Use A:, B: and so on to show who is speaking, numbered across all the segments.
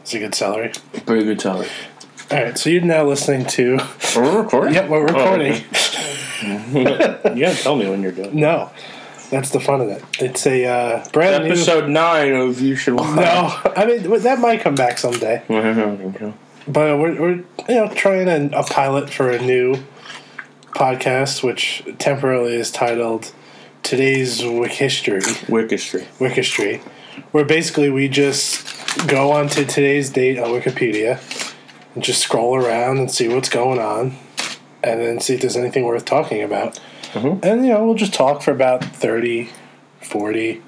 A: It's a good salary.
B: Very good salary.
A: All right, so you're now listening to.
B: We're recording. Oh,
A: Yeah, we're recording.
C: You gotta tell me when you're done.
A: No, that's the fun of it. It's a uh, brand
B: Episode nine of You Should Watch.
A: new. No, I mean w- that might come back someday,
B: Hmm.
A: but we're, we're you know trying a, a pilot for a new podcast, which temporarily is titled "Today's Wick History."
B: Wickistry.
A: Wikistry, where basically we just go onto today's date on Wikipedia and just scroll around and see what's going on and then see if there's anything worth talking about. And, you know, we'll just talk for about 30, 40,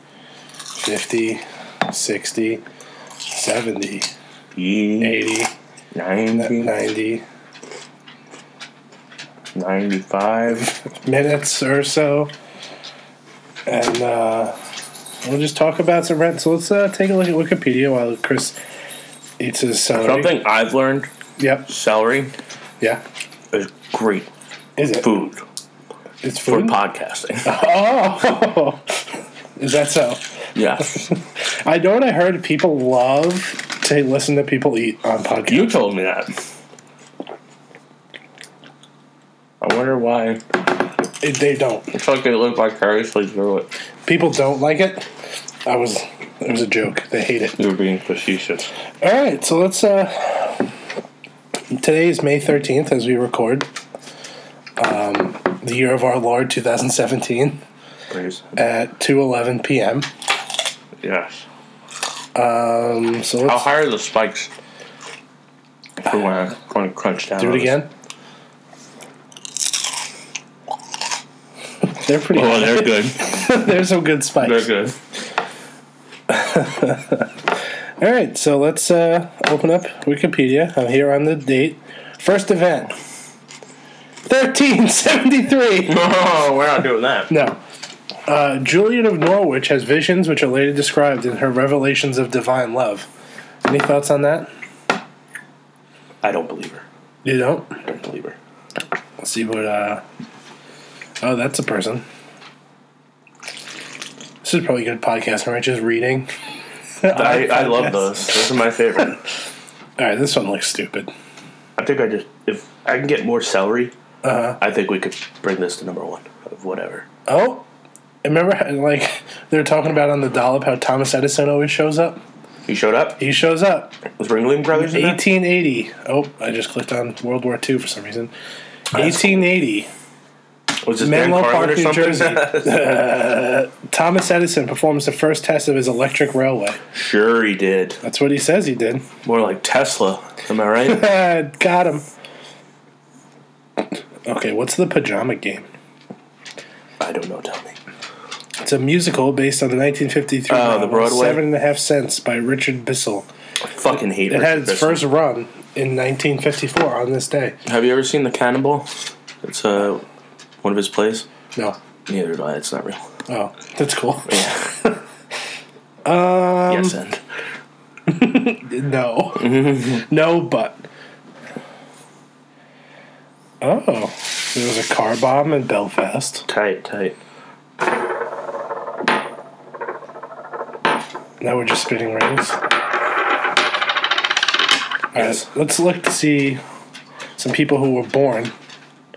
A: 50, 60, 70,
B: Yeah.
A: 80,
B: 90,
A: 90
B: 95.
A: minutes or so. And uh, we'll just talk about some rent. So let's uh, take a look at Wikipedia while Chris eats his celery.
B: Something I've learned
A: Yep.
B: salary
A: Yeah.
B: is great
A: Is it
B: food
A: It's
B: for
A: food.
B: podcasting.
A: oh, is that so?
B: yes.
A: I know what I heard. People love to listen to people eat on podcasts.
B: You told me that. I wonder why.
A: It- they don't.
B: It's like they live vicariously through it.
A: People don't like it. I was. It was a joke. They hate it.
B: You're being facetious.
A: All right. So let's. uh Today is May thirteenth as we record. Um, the year of our Lord, two thousand seventeen,
B: Please.
A: at two eleven p.m.
B: Yes.
A: Um, so
B: I'll
A: let's
B: hire the spikes for when I want to crunch down.
A: do
B: on
A: it
B: this.
A: again. They're pretty.
B: Oh, they're good.
A: There's some good spikes.
B: They're good.
A: All right, so let's uh, open up Wikipedia. I'm here on the date. First event, 1373.
B: No, Oh, we're not doing that.
A: No. Uh, Julian of Norwich has visions which are later described in her Revelations of Divine Love. Any thoughts on that?
B: I don't believe her.
A: You don't?
B: I don't believe her.
A: Let's see what. Uh... Oh, that's a person. This is probably good podcasting, right? Just reading.
B: I, I love those. Those are my favorite.
A: All right, this one looks stupid.
B: I think I just if I can get more celery,
A: Uh-huh.
B: I think we could bring this to number one of whatever.
A: Oh, remember how, like they were talking about on the dollop how Thomas Edison always shows up.
B: He showed up.
A: He shows up.
B: Was Ringling Brothers in that?
A: 1880. Oh, I just clicked on World War II for some reason. 1880.
B: Was this Dan
A: Menlo
B: Carlin
A: Park,
B: or
A: New
B: something?
A: Jersey. Uh, Thomas Edison performs the first test of his electric railway.
B: sure, he did.
A: That's what he says he did.
B: More like Tesla. Am I right?
A: Ah, Got him. Okay, what's the pajama game?
B: I don't know. Tell me.
A: It's a musical based on the 1953
B: Oh, the
A: novel
B: Broadway.
A: Seven and a Half Cents by Richard Bissell.
B: I fucking hate
A: It
B: Richard
A: had its
B: Bristol.
A: first run in 1954 on this day.
B: Have you ever seen the Cannonball? It's uh, one of his plays.
A: No.
B: Neither did I. It's not real.
A: Oh, that's cool.
B: yes, and
A: No. no, but. Oh. There was a car bomb in Belfast.
B: tight, tight.
A: Now we're just spinning rings.
B: Yes.
A: Alright, let's look to see some people who were born.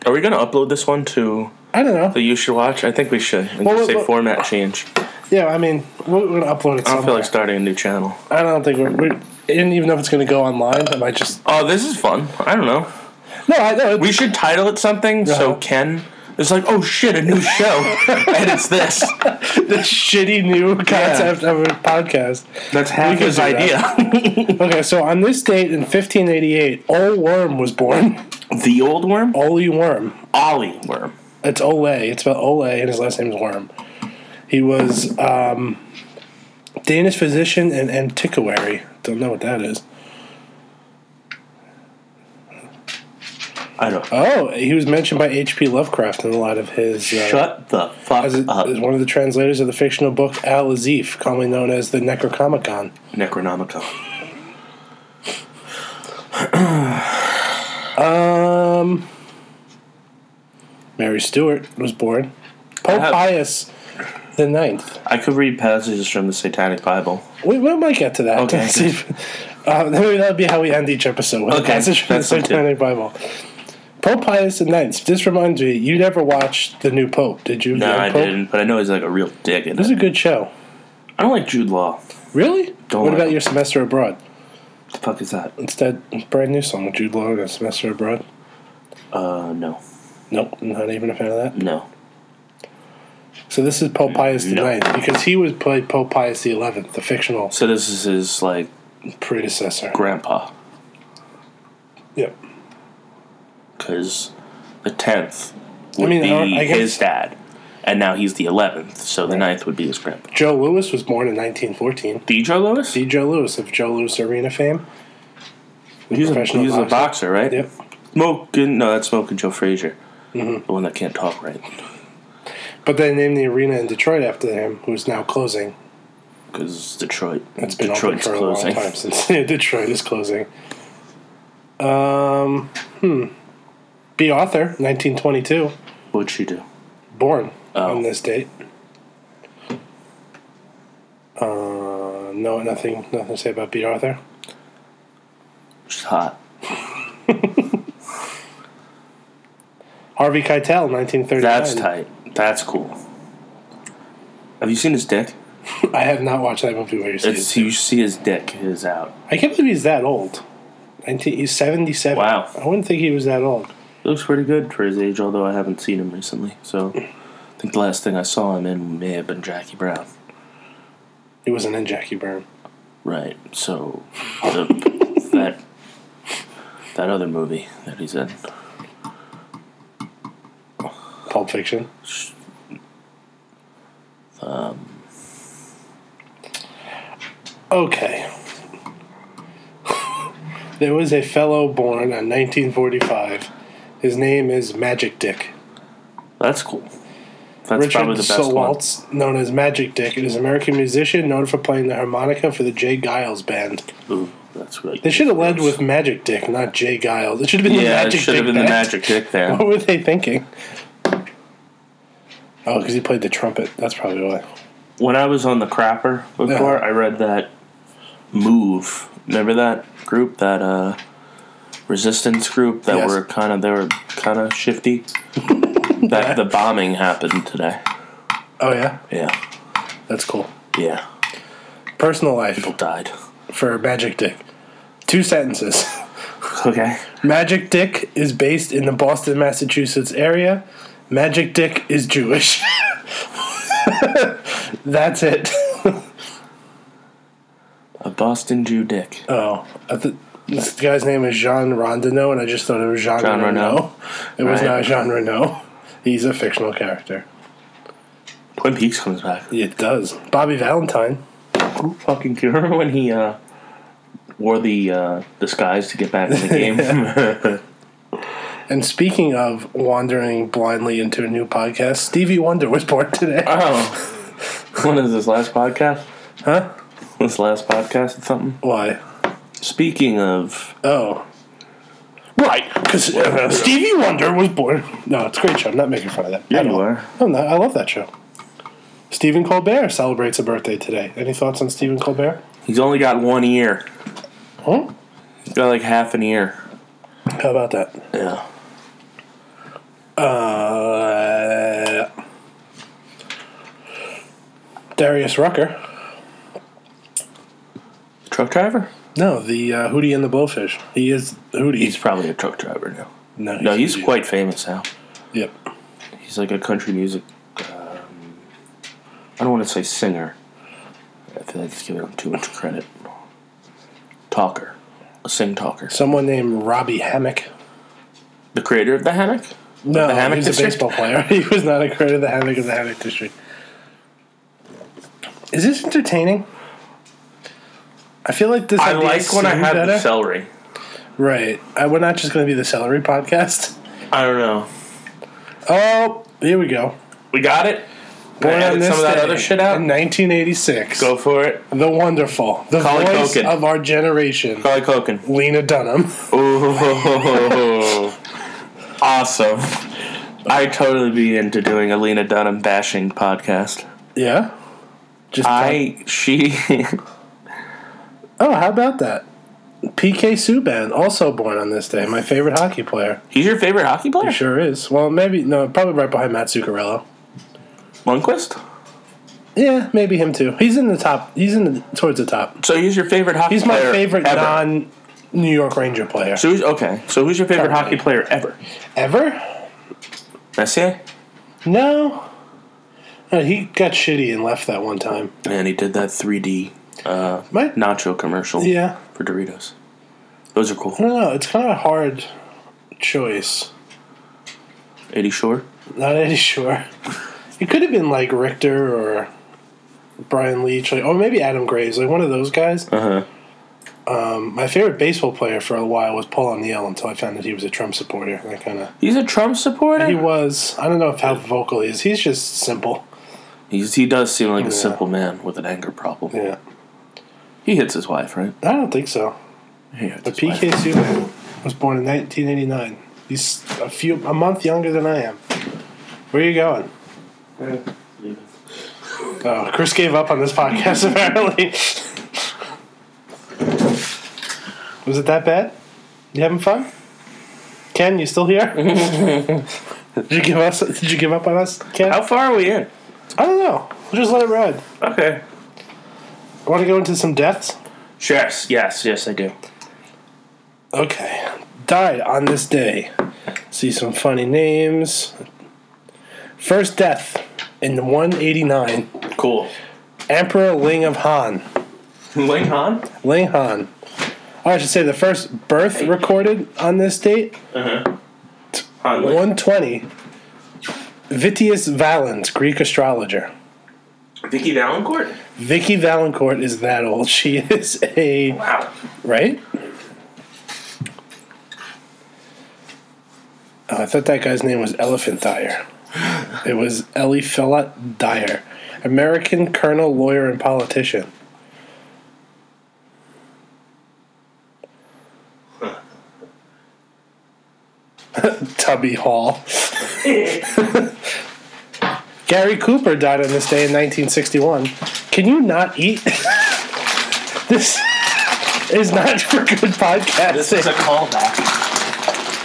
B: Are we gonna upload this one to
A: I don't know.
B: the You Should Watch? I think we should. And
A: Well,
B: just say
A: well-
B: format change.
A: Yeah, I mean, we're going to upload it
B: I don't feel
A: somewhere.
B: like starting a new channel.
A: I don't think we're. we're and even if it's going to go online, I might just.
B: Oh, this is fun. I don't know.
A: No, I know.
B: We should title it something so
A: Uh-huh.
B: Ken is like, oh shit, a new show, and it's this.
A: the shitty new concept of a podcast.
B: That's
A: We
B: half
A: could
B: his
A: do
B: idea.
A: Okay, so on this date in 1588, Ole Worm was born.
B: the old worm,
A: Ole Worm.
B: Ollie worm.
A: It's Ole. It's spelled Ole, and his last name is Worm. He was um, Danish physician and antiquary. Don't know what that is.
B: I don't.
A: Oh, he was mentioned by H.P. Lovecraft in a lot of his. Uh,
B: Shut the fuck
A: as, a-
B: up,
A: as one of the translators of the fictional book Al Azif, commonly known as the Necrocomicon.
B: Necronomicon.
A: Um, Mary Stuart was born. Pope
B: have-
A: Pius the Ninth.
B: I could read passages from the Satanic Bible.
A: We, we might get to that.
B: Okay,
A: See if- Um, that would be how we end each episode. With
B: Okay,
A: A passage from the
B: that's something.
A: Satanic Bible. Pope Pius IX. This reminds me, you never watched the new Pope, did you? The
B: No,
A: Young
B: I
A: Pope?
B: didn't. But I know he's like a real dick. In
A: It was
B: it.
A: a good show.
B: I don't like Jude Law.
A: Really?
B: Don't
A: what
B: like
A: about
B: him.
A: your semester abroad?
B: What the fuck is that?
A: It's that brand new song with Jude Law and a semester abroad.
B: Uh, no,
A: Nope, not even a fan of that.
B: no.
A: So this is Pope Pius IX
B: No.
A: because he was played Pope Pius XI, the fictional
B: So this is his like
A: predecessor.
B: grandpa,
A: Yep.
B: because the tenth would
A: I mean, uh,
B: be
A: I- I guess-
B: his dad, and now he's the eleventh. So the ninth would be his grandpa.
A: Joe Lewis was born in 1914.
B: D. Joe Lewis.
A: D. Joe Lewis of Joe Lewis Arena fame.
B: he's a,
A: professional
B: he's a boxer, right?
A: Yep. Mm-hmm.
B: Smoking. No, that's Smoking Joe Frazier, the one that can't talk right
A: But they named the arena in Detroit after him, who's now closing.
B: because Detroit.
A: It's been open for a long time since Detroit is closing. Um, hmm. B. Arthur, 1922,
B: What'd you do?
A: born
B: Oh.
A: on this date. Uh, no, nothing, nothing to say about B. Arthur.
B: She's hot.
A: Harvey Keitel, 1939.
B: That's tight. That's cool. Have you seen his dick?
A: I have not watched that movie where you see
B: It's,
A: it.
B: you see his dick is out.
A: I can't believe he's that old. 19, he's 77.
B: Wow.
A: I wouldn't think he was that old.
B: looks pretty good for his age, although I haven't seen him recently. So I think the last thing I saw him in may have been Jackie Brown.
A: He wasn't in Jackie Brown.
B: Right. So the, that that other movie that he's in.
A: Pulp Fiction. Um. Okay. there was a fellow born in 1945. His name is Magic Dick.
B: That's cool. That's probably
A: Richard
B: the best one.
A: Sowaltz, known as Magic Dick, is an American musician known for playing the harmonica for the Jay Giles Band.
B: Ooh, that's really
A: They should have led with Magic Dick, not Jay Giles. It should have been the
B: Yeah, it
A: Magic
B: should
A: Dick
B: have been
A: Band.
B: the magic dick there.
A: What were they thinking? Oh, because he played the trumpet. That's probably why.
B: When I was on the crapper before, I read that move. Remember that group, that uh, resistance group that
A: Yes.
B: were kind of they were kind of shifty. that the bombing happened today.
A: Oh, yeah?
B: Yeah,
A: That's cool.
B: yeah.
A: Personal life
B: People died.
A: for Magic Dick. Two sentences.
B: Okay.
A: Magic Dick is based in the Boston, Massachusetts area. Magic Dick is Jewish. That's it.
B: A Boston Jew dick.
A: Oh, I th- this guy's name is Jean Rondineau, and I just thought it was Jean,
B: Jean
A: Reno.
B: Reno.
A: It was
B: Right.
A: not Jean Reno. He's a fictional character.
B: Twin Peaks comes back.
A: It does. Bobby Valentine.
B: Who fucking do you remember when he uh, wore the uh, disguise to get back in the game?
A: And speaking of wandering blindly into a new podcast, Stevie Wonder was born today.
B: oh. When is this last podcast?
A: Huh?
B: This last podcast or something?
A: Why?
B: Speaking of
A: Oh. Right, because Stevie Wonder was born. No, it's a great show. I'm not making fun of that.
B: Yeah,
A: at
B: you
A: all.
B: are.
A: I'm not. I love that show. Stephen Colbert celebrates a birthday today. Any thoughts on Stephen Colbert?
B: He's only got one ear.
A: Huh?
B: He's got like half an ear.
A: How about that?
B: Yeah.
A: Uh, Darius Rucker.
B: Truck driver?
A: No, the uh, Hootie and the Blowfish. He is
B: He's
A: Hootie.
B: probably a truck driver now.
A: No,
B: No, he's
A: Hootie.
B: quite famous now.
A: Yep.
B: He's like a country music. Um, I don't want to say singer. I feel like it's giving him too much credit. Talker, a sing talker.
A: Someone named Robbie Hammock.
B: The creator of the hammock.
A: No,
B: the Hammock
A: he was a
B: District?
A: baseball player. He was not a credit of the Hammock of the Hammock District. Is this entertaining? I feel like this.
B: I
A: would be
B: like when I
A: assumed
B: have the
A: better.
B: celery.
A: Right, I, we're not just going to be the celery podcast.
B: I don't know.
A: Oh, here we go.
B: We got it. Can I
A: Born on
B: edit
A: this
B: some of that
A: day
B: other shit out.
A: in 1986.
B: Go for it.
A: The wonderful, the
B: Colin
A: voice
B: Coken.
A: of our generation,
B: Carly Coken.
A: Lena Dunham.
B: Ooh, awesome. I'd totally be into doing a Lena Dunham bashing podcast.
A: Yeah. Just
B: I she
A: oh, how about that? PK Subban, also born on this day, my favorite hockey player.
B: He's your favorite hockey player?
A: He sure is. Well, maybe no, probably right behind Matt Zuccarello.
B: Lundqvist?
A: Yeah, maybe him too. He's in the top. He's in the, towards the top.
B: So he's your favorite hockey
A: He's my
B: player
A: favorite
B: ever.
A: non New York Ranger player
B: So who's, okay, so who's your favorite hockey player ever?
A: ever.
B: Messier?
A: No. Uh, he got shitty and left that one time.
B: And he did that 3D uh,
A: My,
B: nacho commercial
A: Yeah.
B: for Doritos. Those are
A: I
B: cool.
A: don't know. It's kind of a hard choice.
B: Eddie Shore?
A: Not Eddie Shore. It could have been like Richter or Brian Leach, like, or maybe Adam Graves, like one of those guys. Um,
B: Uh-huh.
A: My favorite baseball player for a while was Paul O'Neill until I found out he was a Trump supporter. That kind of
B: He's a Trump supporter?
A: he was. I don't know if how vocal he is. He's just simple.
B: He's, he does seem like a
A: Yeah.
B: simple man with an anger problem.
A: Yeah,
B: He hits his wife, right?
A: I don't think so.
B: He hits
A: But
B: his wife.
A: PK Subban was born in 1989. He's a few a month younger than I am. Where are you going? Oh, Chris gave up on this podcast apparently. was it that bad? You having fun? Ken, you still here? did you give us? Did you give up on us, Ken?
B: How far are we in?
A: I don't know. We'll just let it ride.
B: Okay.
A: Want to go into some deaths?
B: Yes, yes, yes, I do.
A: Okay. Died on this day. See some funny names. First death in 189.
B: Cool.
A: Emperor Ling of Han.
B: Ling Han?
A: Ling Han. Oh, I should say the first birth recorded on this date,
B: Han Ling.
A: 120. Vitius Valens, Greek astrologer.
B: Vicky Valancourt?
A: Vicky Valancourt is that old. She is a
B: Wow.
A: right. Oh, I thought that guy's name was Elephant Dyer. It was Ellie Philot Dyer, American colonel, lawyer, and politician. Tubby Hall. Gary Cooper died on this day in 1961. Can you not eat? this is not for good
B: This
A: podcasting.
B: is a callback.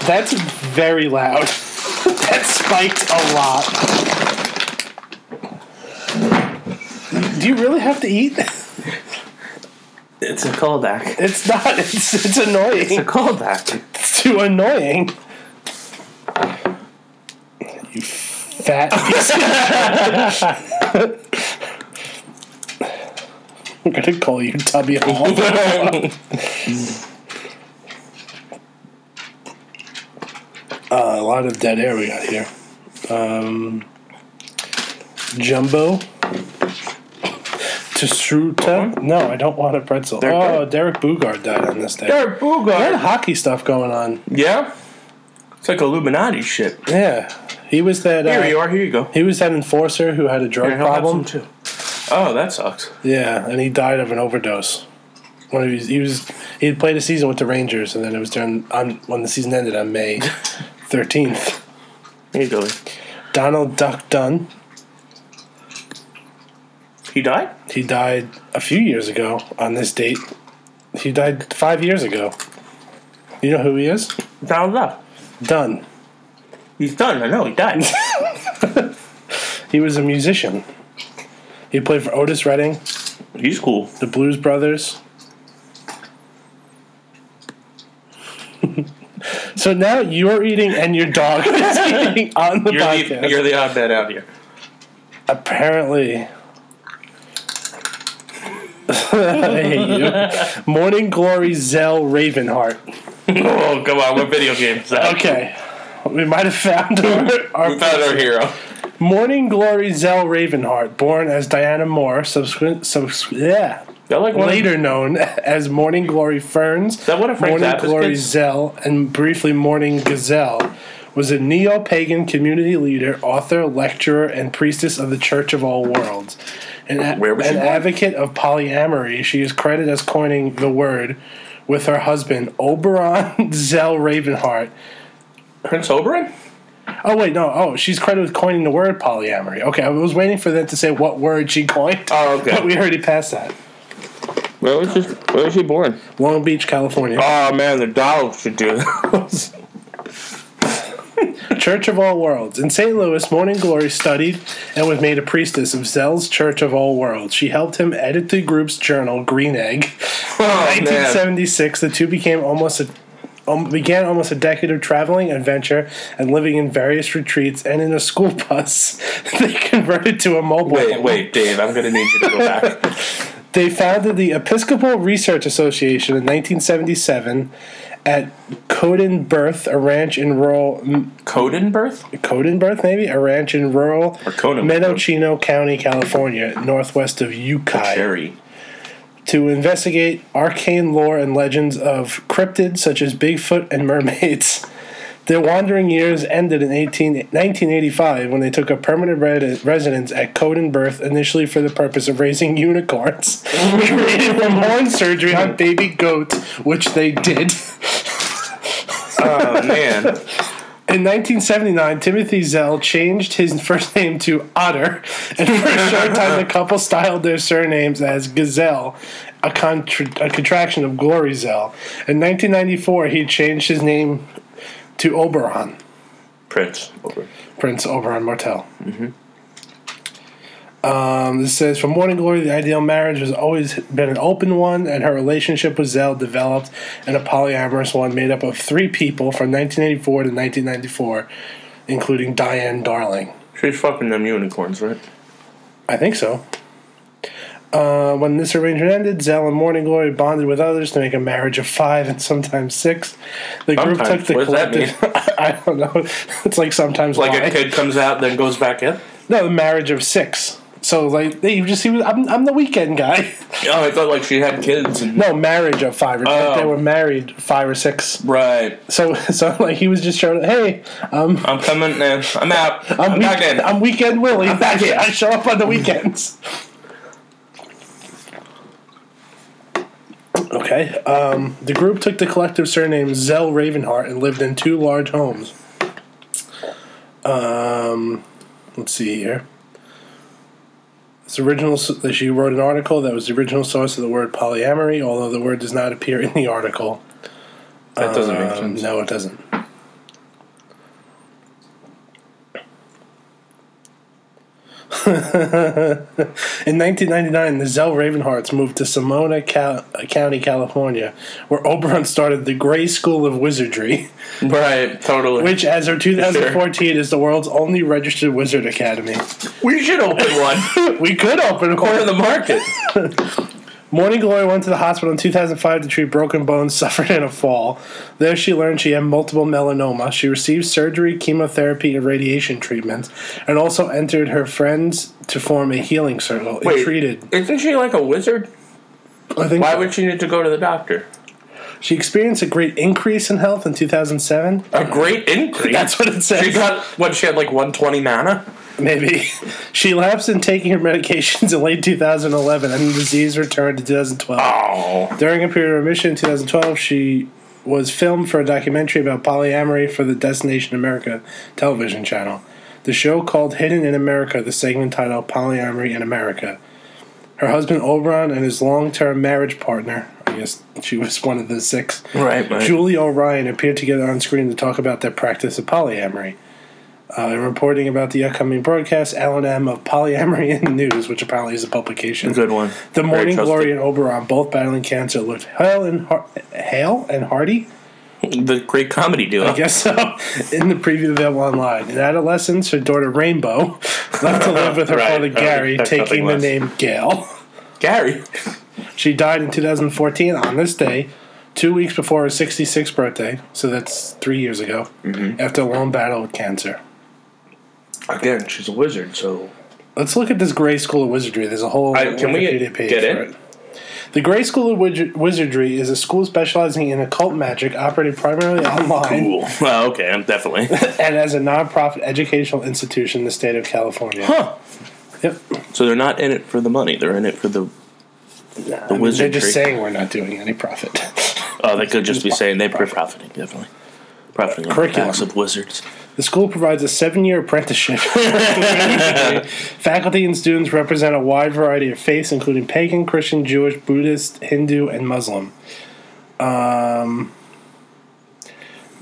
A: That's very loud. that spiked a lot. Do you really have to eat?
B: It's a callback.
A: It's not. It's, it's annoying.
B: It's a callback.
A: It's too annoying. You fat piece of- I'm gonna call you Tubby Hall. Uh, a lot of dead air we got here. Um, Jumbo. Tsuruta. No, I don't want a pretzel.
B: They're
A: oh,
B: good.
A: Derek Bugard died on this day. A lot of hockey stuff going on.
B: Yeah? It's like Illuminati shit.
A: Yeah, he was that.
B: Here
A: Uh,
B: you are, here you go.
A: he was that enforcer who had a drug
B: Here, I'll have
A: problem.
B: some too. Oh, that sucks.
A: Yeah, and he died of an overdose. One of his, he was he had played a season with the Rangers, and then it was during on when the season ended on May thirteenth.
B: Here you go.
A: Donald Duck Dunn.
B: He died?
A: He died a few years ago on this date. He died five years ago. You know who he is?
B: Donald Duck.
A: Dunn.
B: He's done. I know, he died.
A: He was a musician. He played for Otis Redding,
B: He's cool.
A: the Blues Brothers. so now you're eating and your dog is eating on the
B: You're
A: podcast.
B: the, you're the odd man out here.
A: Apparently. I hate you. Morning Glory Zell Ravenheart.
B: Oh, come on, what video game is that?
A: Okay. We might have found our, our
B: We found our hero.
A: Morning Glory Zell Ravenheart, born as Diana Moore, subsequent, subs- yeah,
B: That like one of-
A: later known as Morning Glory Ferns.
B: that one of Frank
A: Morning
B: Zappa's
A: Glory
B: kids?
A: Zell and briefly Morning Gazelle was a neo pagan community leader, author, lecturer, and priestess of the Church of All Worlds. An, a-
B: Where was she
A: an
B: born?
A: advocate of polyamory, she is credited as coining the word with her husband, Oberon Zell Ravenheart.
B: Prince Oberon?
A: Oh, wait, no. Oh, she's credited with coining the word polyamory. Okay, I was waiting for them to say what word she coined,
B: Oh, okay.
A: but we already passed that.
B: Where was, this, where was she born?
A: Long Beach, California.
B: Oh man, the dog should do this.
A: Church of All Worlds. In St. Louis, Morning Glory studied and was made a priestess of Zell's Church of All Worlds. She helped him edit the group's journal, Green Egg.
B: Oh,
A: In
B: man.
A: 1976, the two became almost a um, began almost a decade of traveling, adventure, and living in various retreats and in a school bus. they converted to a mobile.
B: Wait,
A: home.
B: wait, Dave, I'm gonna need you to go back.
A: They founded the Episcopal Research Association in 1977 at Coden Birth, a ranch in rural mm,
B: Coden birth?
A: Coden Birth, maybe a ranch in rural
B: Or Coden.
A: Mendocino County, California, northwest of Ukiah,
B: Cherry.
A: to investigate arcane lore and legends of cryptids such as Bigfoot and mermaids. Their wandering years ended in 18, 1985 when they took up permanent re- residence at Coden Birth, initially for the purpose of raising unicorns, created from horn surgery on baby goats, which they did.
B: Oh man.
A: In 1979, Timothy Zell changed his first name to Otter, and for a short time, the couple styled their surnames as Gazelle, a, contra- a contraction of Glory Zell. In 1994, he changed his name to Oberon,
B: Prince. Over.
A: Prince Oberon Martell.
B: Mm-hmm.
A: Um, this says from Morning Glory, the ideal marriage has always been an open one, and her relationship with Zell developed in a polyamorous one made up of three people from 1984 to 1994, including Diane Darling.
B: She's fucking them unicorns, right?
A: I think so. Uh, when this arrangement ended, Zell and Morning Glory bonded with others to make a marriage of five and sometimes six. The group took
B: Sometimes?
A: the
B: What does that
A: collective. I don't know. It's like sometimes
B: Like
A: why.
B: a kid comes out then goes back in.
A: No, the marriage of six. So like they you just see I'm I'm the weekend guy.
B: Oh, I thought like she had kids and
A: No, marriage of five or
B: Oh.
A: they were married five or six.
B: Right.
A: So so like he was just showing up, hey, um
B: I'm coming in. I'm out. I'm,
A: I'm, week-
B: back in.
A: I'm weekend Willie.
B: I'm back in.
A: I show up on the weekends. Okay. Um, the group took the collective surname Zell Ravenheart and lived in two large homes. Um, let's see here. It's original. s- She wrote an article that was the original source of the word polyamory, although the word does not appear in the article.
B: that doesn't make
A: Um,
B: sense.
A: No, it doesn't. In 1999, the Zell Ravenhearts moved to Simona Cal- uh, County, California, where Oberon started the Gray School of Wizardry,
B: Right, totally.
A: which, as of 2014, is the world's only registered wizard academy.
B: we should open one.
A: We could open a
B: Corner of the market.
A: Morning Glory went to the hospital in 2005 to treat broken bones suffered in a fall. There, she learned she had multiple melanoma. She received surgery, chemotherapy, and radiation treatments, and also entered her friends to form a healing circle. It treated.
B: Isn't she like a wizard?
A: I think
B: Why
A: so.
B: would she need to go to the doctor?
A: she experienced a great increase in health in 2007?
B: A great increase.
A: That's what it
B: she
A: says.
B: got. What she had like 120 mana.
A: Maybe. She lapsed in taking her medications in late 2011, and the disease returned in 2012.
B: Oh,
A: During a period of remission in 2012, she was filmed for a documentary about polyamory for the Destination America television channel. The show called Hidden in America, the segment titled Polyamory in America. Her husband Oberon and his long term marriage partner, I guess she was one of the six,
B: right, right.
A: Julie O'Ryan appeared together on screen to talk about their practice of polyamory. Uh, in reporting about the upcoming broadcast, Alan M. of Polyamory in the News, which apparently is a publication.
B: Good one.
A: The
B: Very
A: Morning
B: trusted.
A: Glory and Oberon, both battling cancer, looked hale and har- hale and hearty.
B: The great comedy duo.
A: I guess so. In the preview available online, in adolescence, her daughter Rainbow left to live with her
B: Right.
A: father
B: I would
A: Gary,
B: expect
A: taking
B: nothing
A: the
B: less.
A: name Gail.
B: Gary.
A: She died in 2014 on this day, two weeks before her 66th birthday. So that's three years ago.
B: Mm-hmm.
A: After a long battle with cancer.
B: Again, she's a wizard, so
A: Let's look at this Gray School of Wizardry. There's a whole
B: I- can we
A: Wikipedia page
B: get
A: for
B: it?
A: The Gray School of Wiz- Wizardry is a school specializing in occult magic, operated primarily online
B: cool. Well, okay, I'm definitely.
A: and as a nonprofit educational institution in the state of California.
B: huh.
A: Yep.
B: So they're not in it for the money. They're in it for the.
A: I mean, they're
B: wizardry.
A: just saying we're not doing any profit.
B: Oh, they could just be saying they're profiting, definitely. Profiting on the
A: Curriculum.
B: backs of wizards.
A: The school provides a seven year apprenticeship. Faculty and students represent a wide variety of faiths, including pagan, Christian, Jewish, Buddhist, Hindu, and Muslim. Um,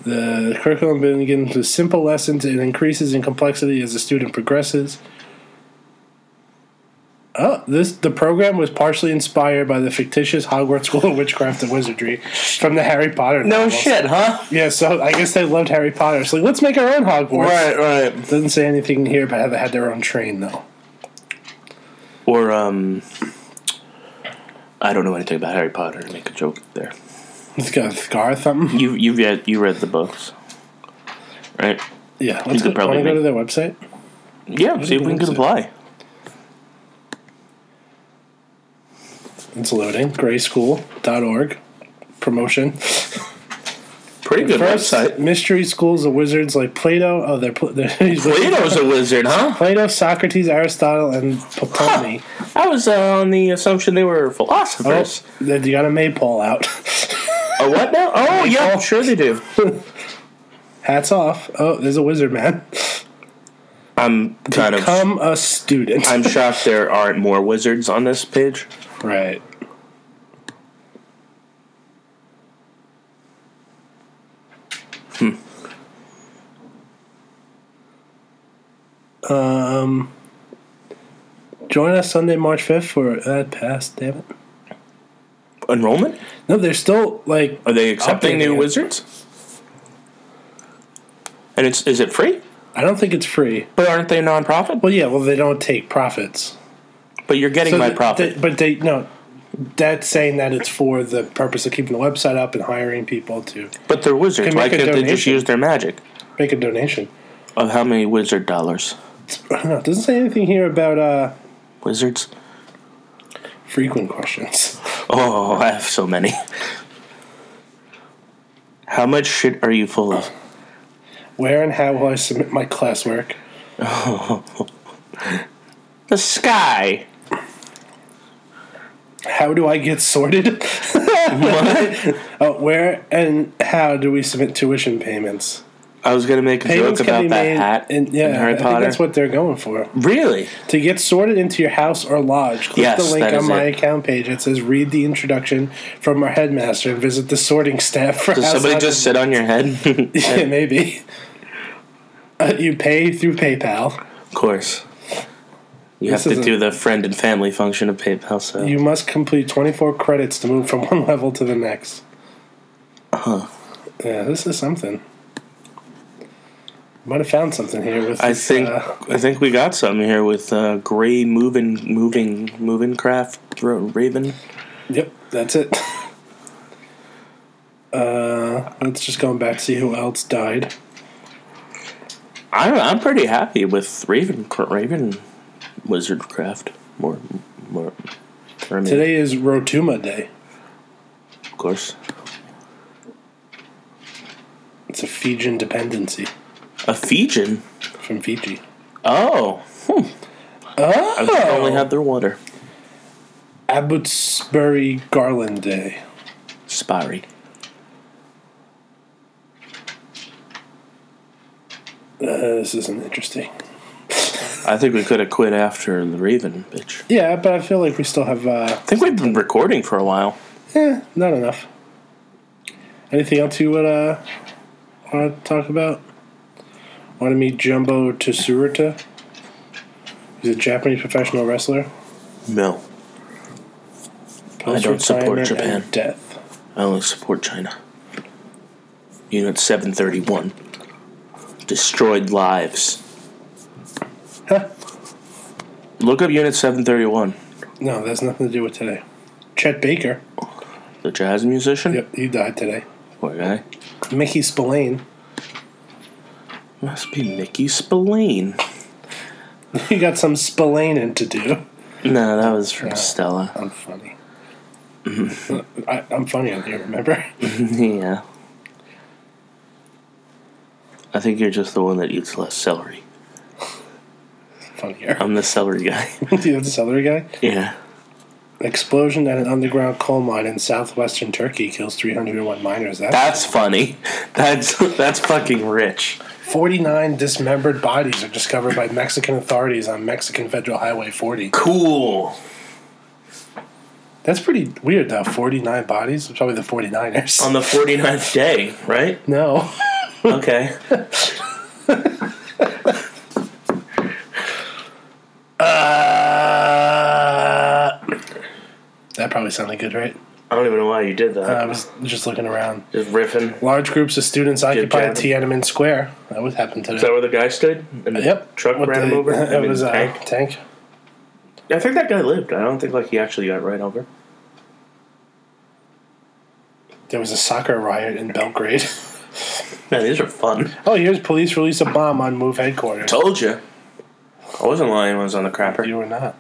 A: the curriculum begins with simple lessons and increases in complexity as the student progresses. Oh, this the program was partially inspired by the fictitious Hogwarts School of Witchcraft and Wizardry from the Harry Potter.
B: No
A: novels.
B: shit, huh?
A: Yeah, so I guess they loved Harry Potter. So like, let's make our own Hogwarts.
B: Right, right.
A: Doesn't say anything here about how they had their own train though.
B: Or um, I don't know anything about Harry Potter to make a joke there.
A: It's got a scar or something.
B: You you read you read the books, right?
A: Yeah, let's go,
B: could probably
A: wanna go
B: make-
A: to their website.
B: Yeah. See if we can
A: believe so.
B: apply.
A: It's loading. Grayschool.org. Promotion.
B: Pretty good
A: First,
B: website.
A: mystery schools of wizards like Plato. Oh, they're, pl- they're he's with-
B: Plato's a wizard, huh?
A: Plato, Socrates, Aristotle, and Ptolemy.
B: I was uh, on the assumption they were
A: Oh,
B: philosophers.
A: then you got a maypole out.
B: A what now? Oh yeah,
A: Paul.
B: sure they do.
A: Hats off. Oh, there's a wizard man.
B: I'm kind of.
A: Become a student.
B: I'm shocked there aren't more wizards on this page.
A: right. Hmm. Um, join us Sunday, March 5th for that pass, damn it.
B: Enrollment?
A: No, they're still like
B: Are they accepting
A: Updating
B: new
A: it.
B: wizards? And it's is it free?
A: I don't think it's free.
B: But aren't they a nonprofit?
A: Well, yeah, well they don't take profits.
B: But you're getting
A: So
B: my
A: th-
B: profit.
A: th- but they no, that's saying that it's for the purpose of keeping the website up and hiring people to
B: but they're wizards.
A: can
B: Why
A: make a
B: can't they just
A: donation.
B: use their magic?
A: make a donation.
B: Of how many wizard dollars?
A: I don't know. It doesn't say anything here about uh,
B: Wizards?
A: frequent questions.
B: Oh, I have so many. How much shit are you full of?
A: Where and how will I submit my classwork?
B: The sky.
A: How do I get sorted? oh, where and how do we submit tuition payments?
B: I was gonna make a joke about that hat
A: in, yeah,
B: in Harry
A: I
B: Potter.
A: think that's what they're going for.
B: really?
A: To get sorted into your house or lodge, click
B: Yes,
A: the link
B: that
A: on
B: is
A: my
B: it.
A: account page. It says read the introduction from our headmaster and visit the sorting staff for
B: Does
A: house
B: somebody
A: lodge-
B: just sit on your head?
A: Yeah, maybe. Uh, you pay through PayPal.
B: Of course. You
A: This
B: have to
A: isn't-
B: do the friend and family function of PayPal, so
A: You must complete 24 credits to move from one level to the next. Huh. Yeah, this is something. Might have found something here with
B: I
A: this,
B: think
A: uh,
B: I think we got something here with uh, Gray moving moving moving craft Ra- Raven.
A: Yep, that's it. Uh, let's just go back see who else died.
B: I don't know, I'm pretty happy with Raven cra- Raven Wizardcraft more more. I mean,
A: Today is Rotuma Day.
B: of course,
A: It's a Fijian dependency
B: a Fijian.
A: from Fiji.
B: Oh, hmm. I think I
A: Oh.
B: only have their water.
A: Abbotsbury Garland Day.
B: Spirey.
A: Uh, this isn't interesting.
B: I think we could have quit after the Raven bitch.
A: Yeah, but I feel like we still have uh,
B: I think we've been recording for a while.
A: eh, not enough. Anything else you would uh, want to talk about? Want to meet Jumbo Tsuruta? He's a Japanese professional wrestler.
B: No, I don't support
A: Post-retirement
B: Japan.
A: and Death.
B: I only support China. Unit 731 destroyed lives.
A: Huh?
B: Look up Unit 731,
A: No, that's nothing to do with today. Chet Baker.
B: the jazz musician.
A: Yep, he died today.
B: Poor guy.
A: Mickey Spillane.
B: Must be Mickey Spillane.
A: You got some Spillaning to do.
B: No, that was from Stella.
A: I'm funny. I, I'm funny on here, remember?
B: yeah. I think you're just the one that eats less celery.
A: Funnier.
B: I'm the celery guy.
A: do you have the celery guy?
B: yeah.
A: An explosion at an underground coal mine in southwestern Turkey kills 301 miners. That's
B: That's funny. That's that's fucking rich.
A: 49 dismembered bodies are discovered by Mexican authorities on Mexican Federal Highway 40.
B: Cool.
A: That's pretty weird, though. 49 bodies? Probably the 49ers.
B: On the 49th day, right?
A: no.
B: Okay.
A: Uh, that probably sounded good, right?
B: I don't even know why you did that.
A: I was just looking around.
B: Just riffing. Is
A: Large groups of students occupied
B: job.
A: Tiananmen Square. That was happened today.
B: that where the guy stood? And the uh,
A: yep.
B: Truck
A: What
B: ran
A: the-
B: him over. I
A: It
B: mean,
A: was a
B: tank?
A: tank.
B: I think that guy lived. I don't think like he actually got right over.
A: There was a soccer riot in Belgrade.
B: Man, these are fun.
A: oh, here's police release a bomb on MOVE headquarters.
B: Told you. I wasn't lying when I was on the crapper.
A: You were not.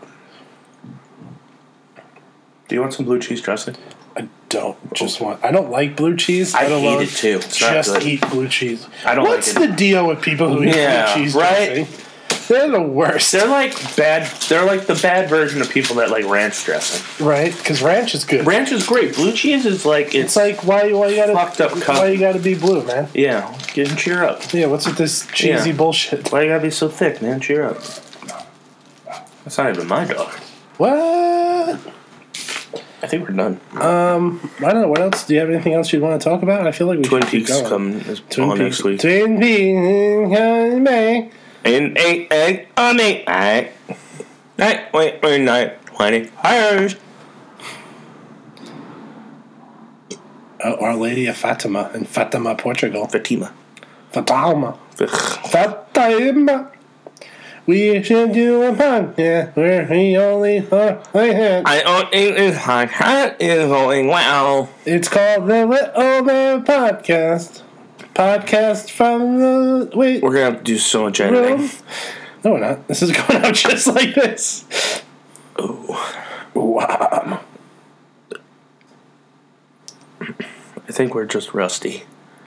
B: Do you want some blue cheese dressing?
A: I don't just want. I don't like blue cheese.
B: I
A: let
B: hate
A: alone
B: it too. It's not
A: just
B: good.
A: eat blue cheese.
B: I don't
A: What's
B: like it.
A: the deal with people who eat
B: Yeah,
A: blue cheese?
B: right?
A: dressing? They're the worst,
B: They're like bad. They're like the bad version of people that like ranch dressing.
A: right? Because ranch is good.
B: Ranch is great. Blue cheese is like
A: It's
B: it's
A: like why why you gotta
B: Fucked up cup.
A: why you gotta be blue, man?
B: yeah. Get cheer up.
A: Yeah, what's with this cheesy
B: Yeah.
A: bullshit?
B: Why you gotta be so thick, man? Cheer up. That's not even my dog.
A: What?
B: I think we're done.
A: Um, I don't know. What else? Do you have anything else you want to talk about? I feel like we
B: Twin
A: should keep
B: Peaks
A: going.
B: come is
A: Twin
B: on
A: Peaks.
B: next week.
A: Twin Peaks coming back.
B: And eight egg on eight. Alright. Night wait wait night twenty hours.
A: Oh, Our Lady of Fatima in Fatima, Portugal.
B: Fatima.
A: Fatima.
B: Ugh.
A: Fatima. We should do a podcast where we only are
B: I don't think this podcast is going well.
A: It's called the Little Man Podcast. Podcast from the wait.
B: We're gonna have to do so much editing.
A: room. No, we're not. This is going out just like this.
B: Oh.
A: Wow.
B: I think we're just rusty.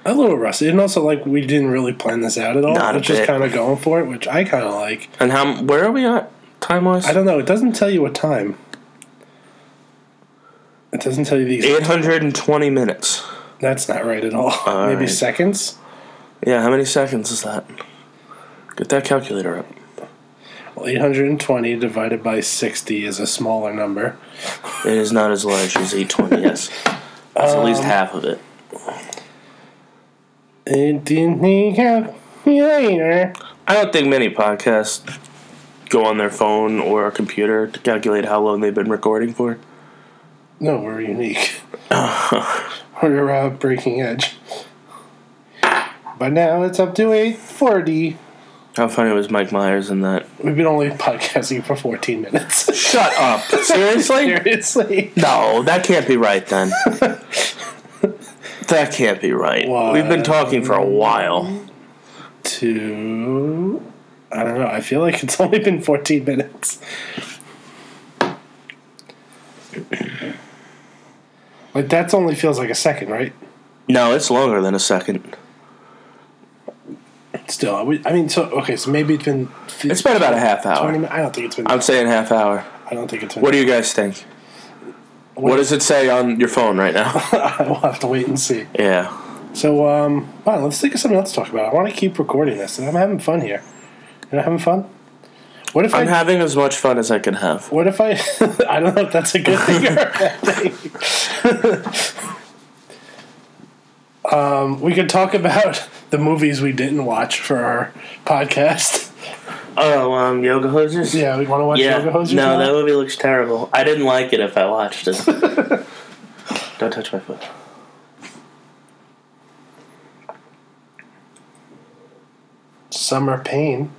A: A little rusty, and also like we didn't really plan this out at all.
B: Not a
A: we're just
B: bit.
A: kind of going for it, which I kind of like.
B: And how? Where are we at? Time wise,
A: I don't know. It doesn't tell you what time. It doesn't tell you the. Exact,
B: eight hundred and twenty minutes.
A: that's not right at all.
B: All
A: Maybe
B: right.
A: seconds.
B: Yeah, how many seconds is that? Get that calculator up.
A: Well, 820 divided by 60 is a smaller number.
B: It is not as large as eight twenty. Yes, that's at least half of it.
A: It didn't need a calculator.
B: I don't think many podcasts go on their phone or a computer to calculate how long they've been recording for.
A: No, we're unique. we're uh, breaking edge. But now it's up to 840.
B: How funny was Mike Myers in that?
A: We've been only podcasting for 14 minutes.
B: Shut up! Seriously?
A: Seriously?
B: No, that can't be right then. that can't be right. We've been talking for a while.
A: To. I don't know. I feel like it's only been 14 minutes. Like, that's only feels like a second, right?
B: No, it's longer than a second.
A: Still, I would- I mean, so, okay, so maybe it's been.
B: It's been about a half hour.
A: 20 minutes. I don't think it's been.
B: I'm saying half hour.
A: I don't think it's been.
B: What do you guys think? What does it say on your phone right now?
A: I will have to wait and see.
B: yeah.
A: So, um, wow, let's think of something else to talk about. I want to keep recording this, and I'm having fun here. You know, having fun. What if i
B: I'm having as much fun as I can have.
A: What if I? I don't know if that's a good thing or a bad thing. um, we could talk about the movies we didn't watch for our podcast.
B: Oh, um, yoga hoses?
A: Yeah, we want to watch Yoga Hosers.
B: no,
A: now?
B: that movie looks terrible. I didn't like it if I watched it. Don't touch my foot.
A: Summer Pain.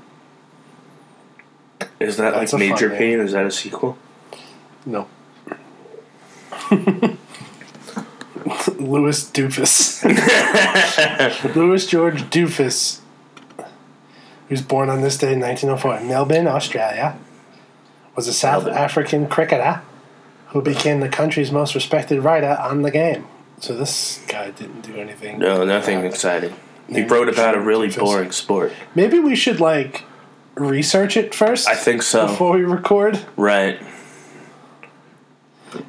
B: Is that
A: That's a fun name.
B: Is that a sequel?
A: No. Louis Doofus. Louis George Doofus. He was born on this day in 1904 in Melbourne, Australia. Was a South
B: Melbourne.
A: African cricketer who became the country's most respected writer on the game. So this guy didn't do anything.
B: No, nothing exciting. He
A: Maybe
B: wrote
A: we
B: about a
A: should
B: really
A: do this.
B: boring sport.
A: Maybe we should like research it first
B: I think so.
A: before we record.
B: Right.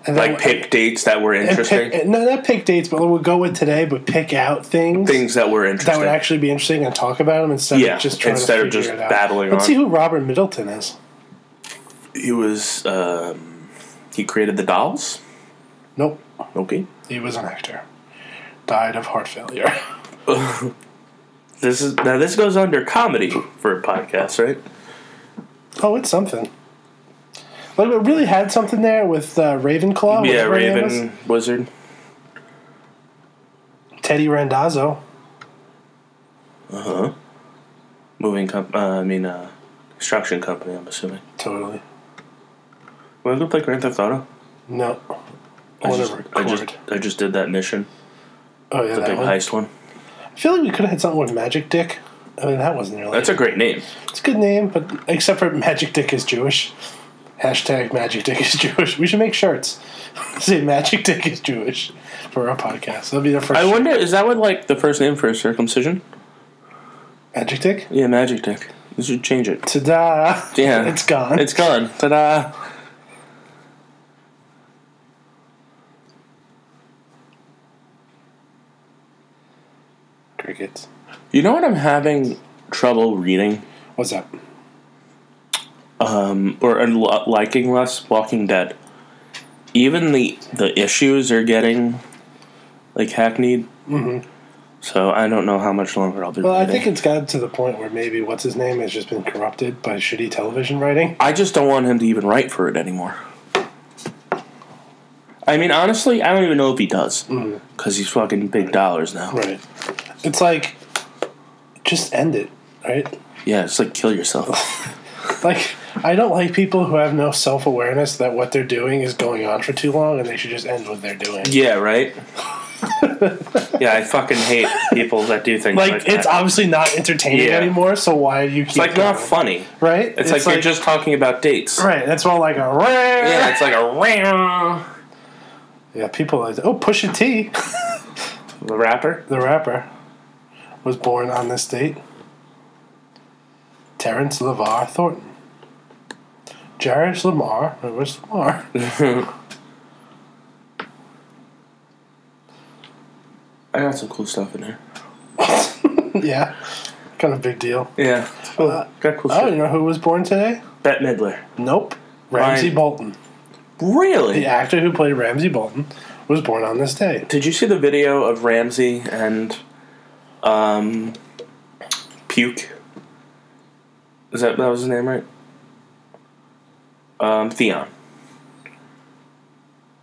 A: And then
B: Like pick dates that were
A: and pick-
B: interesting,
A: and no, not pick dates, but we'll go with today, but pick out things,
B: things that were
A: that
B: interesting.
A: would actually be interesting and talk about them instead
B: Yeah,
A: of just trying
B: instead
A: to
B: of
A: figure
B: just
A: it out.
B: battling
A: Let's
B: on-
A: see who Robert Middleton is.
B: he was um, he created the dolls.
A: Nope,
B: Okay,
A: he was an actor. Died of heart failure.
B: this is now this goes under comedy for a podcast, right?
A: oh, it's something. But it really had something there with uh, Ravenclaw.
B: yeah,
A: whatever her name
B: Raven Wizard.
A: is. Teddy Randazzo.
B: Uh huh. Moving comp. Uh, I mean, uh, construction company. I'm assuming.
A: Totally.
B: Want to go play Grand Theft Auto?
A: No. I,
B: I
A: want
B: just,
A: to
B: I
A: record.
B: just I just did that mission,
A: oh yeah,
B: the
A: that
B: big
A: one.
B: heist one.
A: I feel like we could have had something with Magic Dick. I mean, that wasn't really.
B: That's a great name.
A: It's a good name, but except for Magic Dick is Jewish. Hashtag Magic Dick is Jewish. We should make shirts. Say Magic Dick is Jewish for our podcast. That'll be the first.
B: I
A: shirt.
B: wonder is that what like the first name for circumcision?
A: Magic Dick.
B: Yeah, magic dick. You should change it.
A: Ta-da!
B: Yeah,
A: it's gone.
B: It's gone. Ta-da!
A: crickets.
B: You know what I'm having trouble reading
A: What's up?
B: um, or un- liking less Walking Dead. Even the the issues are getting like hackneyed. Mm-hmm. So I don't know how much longer I'll be.
A: Well, I
B: reading.
A: think it's gotten to the point where maybe what's his name has just been corrupted by shitty television writing.
B: I just don't want him to even write for it anymore. I mean, honestly, I don't even know if he does because he's fucking big dollars now.
A: Mm. Right. It's like, just end it. Right.
B: Yeah, it's like kill yourself.
A: Like, I don't like people who have no self awareness that what they're doing is going on for too long, and they should just end what they're doing.
B: yeah, right. yeah, I fucking hate people that do things like,
A: like it's
B: that.
A: obviously not entertaining
B: Yeah.
A: anymore. So why do you keep
B: It's like not
A: going?
B: funny.
A: right?
B: It's, like, you're just talking about dates.
A: right. That's more like a
B: Yeah, it's like a ram.
A: yeah. People like oh Pusha T,
B: The rapper.
A: the rapper, was born on this date. Terrence LeVar Thornton, Jarius Lamar, or where's Lamar?
B: I got some cool stuff in here.
A: yeah, kind of big deal.
B: Yeah.
A: Uh,
B: got cool
A: oh, you know who was born today?
B: Bette Midler.
A: Nope, Ramsey
B: Ryan-
A: Bolton,
B: Really?
A: the actor who played Ramsey Bolton, was born on this day.
B: Did you see the video of Ramsey and um Puke? Is that that was his name right? Um Theon.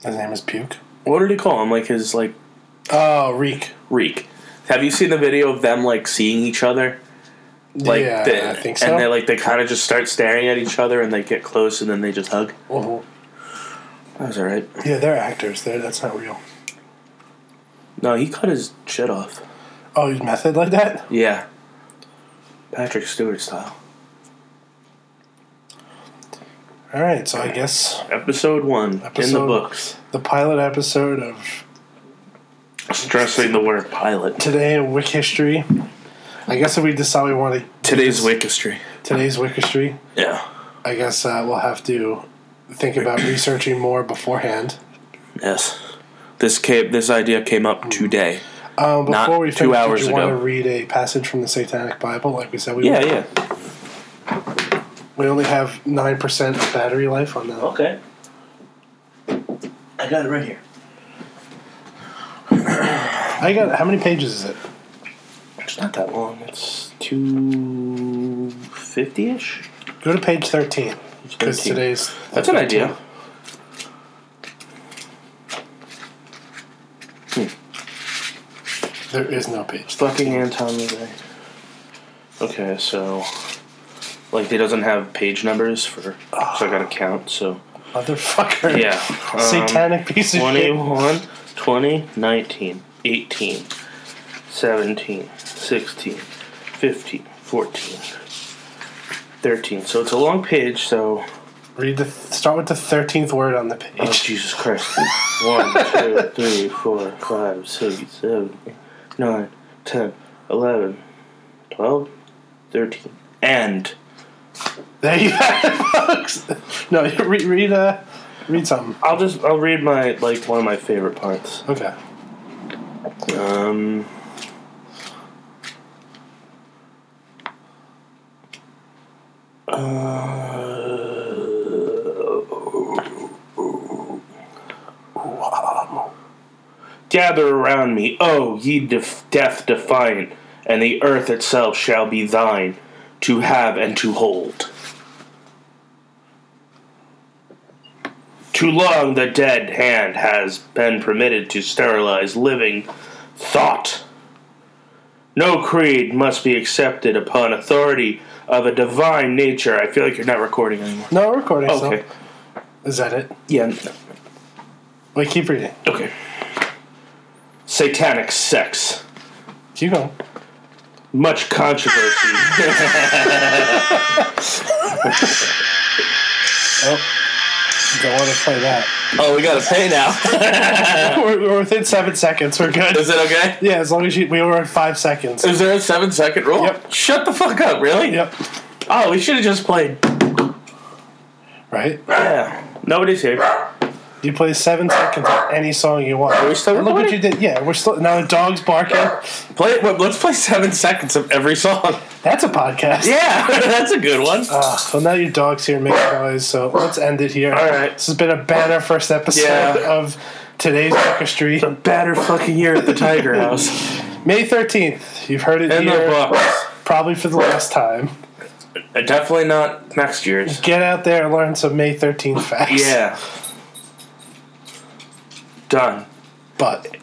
A: His name is Puke.
B: What did he call him? Like his like
A: Oh, Reek.
B: reek. Have you seen the video of them like seeing each other? Like
A: yeah,
B: the-
A: I think so.
B: And they like they kind of just start staring at each other and they get close and then they just hug.
A: Mhm.
B: That was all right.
A: Yeah, they're actors. They're, that's not real.
B: No, he cut his shit off.
A: Oh, he's method like that?
B: Yeah. Patrick Stewart style.
A: All right, so I guess
B: Episode one in the
A: Episode-
B: books.
A: the pilot episode of
B: Stressing the word pilot.
A: Today in Wick History. I guess if we decide we want to
B: Today's Wickistry.
A: today's Wick History,
B: Yeah.
A: I guess uh, we'll have to think about researching more beforehand.
B: Yes. This came, this idea came up today.
A: Um, before
B: Not
A: we
B: two
A: finish, did
B: hours
A: you want to
B: ago.
A: read a passage from the Satanic Bible, like we said we
B: Yeah,
A: would?
B: yeah.
A: We only have nine percent of battery life on that.
B: Okay. I got it right here.
A: I got how many pages is it?
B: It's not that long. It's 250 ish?
A: Go to page thirteen because today's
B: That's an idea.
A: There is no page.
B: Fucking Anton LaVey. Okay, so like he doesn't have page numbers for, so I gotta count. So
A: Motherfucker.
B: yeah, um,
A: Satanic piece of shit.
B: 21, 20, 19, 18, 17, 16, 15, 14, 13. So it's a long page. So
A: Read the start with the thirteenth word on the
B: oh
A: page.
B: Jesus Christ! One, two, three, four, five, six, seven, eight, nine, ten, eleven, twelve, thirteen, and.
A: There you have it, folks. No, you read read uh, Read something.
B: I'll just I'll read my like one of my favorite parts.
A: Okay.
B: Um, uh, Gather around me, oh ye def- death defiant, and the earth itself shall be thine to have and to hold. Too long the dead hand has been permitted to sterilize living thought. No creed must be accepted upon authority of a divine nature. I feel like you're not recording anymore.
A: No, we're recording.
B: Okay.
A: So. Is that it?
B: Yeah.
A: Wait, keep reading.
B: Okay. Satanic sex.
A: Keep going.
B: Much controversy.
A: Oh, don't want to play that.
D: Oh, we gotta pay now.
A: we're, we're within seven seconds. We're good.
D: Is it okay?
A: Yeah, as long as you, we were at five seconds.
D: Is there a seven second rule?
A: Yep.
D: Shut the fuck up, really?
A: Yep.
D: Oh, we should have just played.
A: Right?
B: yeah. Nobody's here.
A: You play seven seconds of any song you want. Are
D: we still
A: Look what
D: recording?
A: you did. Yeah, we're still. Now the dog's barking.
D: Play well, Let's play seven seconds of every song.
A: That's a podcast.
D: Yeah, that's a good one.
A: Ah, well, now your dog's here making noise, so let's end it here. All
B: right.
A: This has been a banner first episode
D: Yeah.
A: of today's Street.
D: Batter fucking year at the Tiger House.
A: May 13th. You've heard it
D: In the
A: here.
D: books.
A: Probably for the last time.
D: Uh, Definitely not next year's.
A: Get out there and learn some May 13th facts.
D: Yeah. Done.
A: But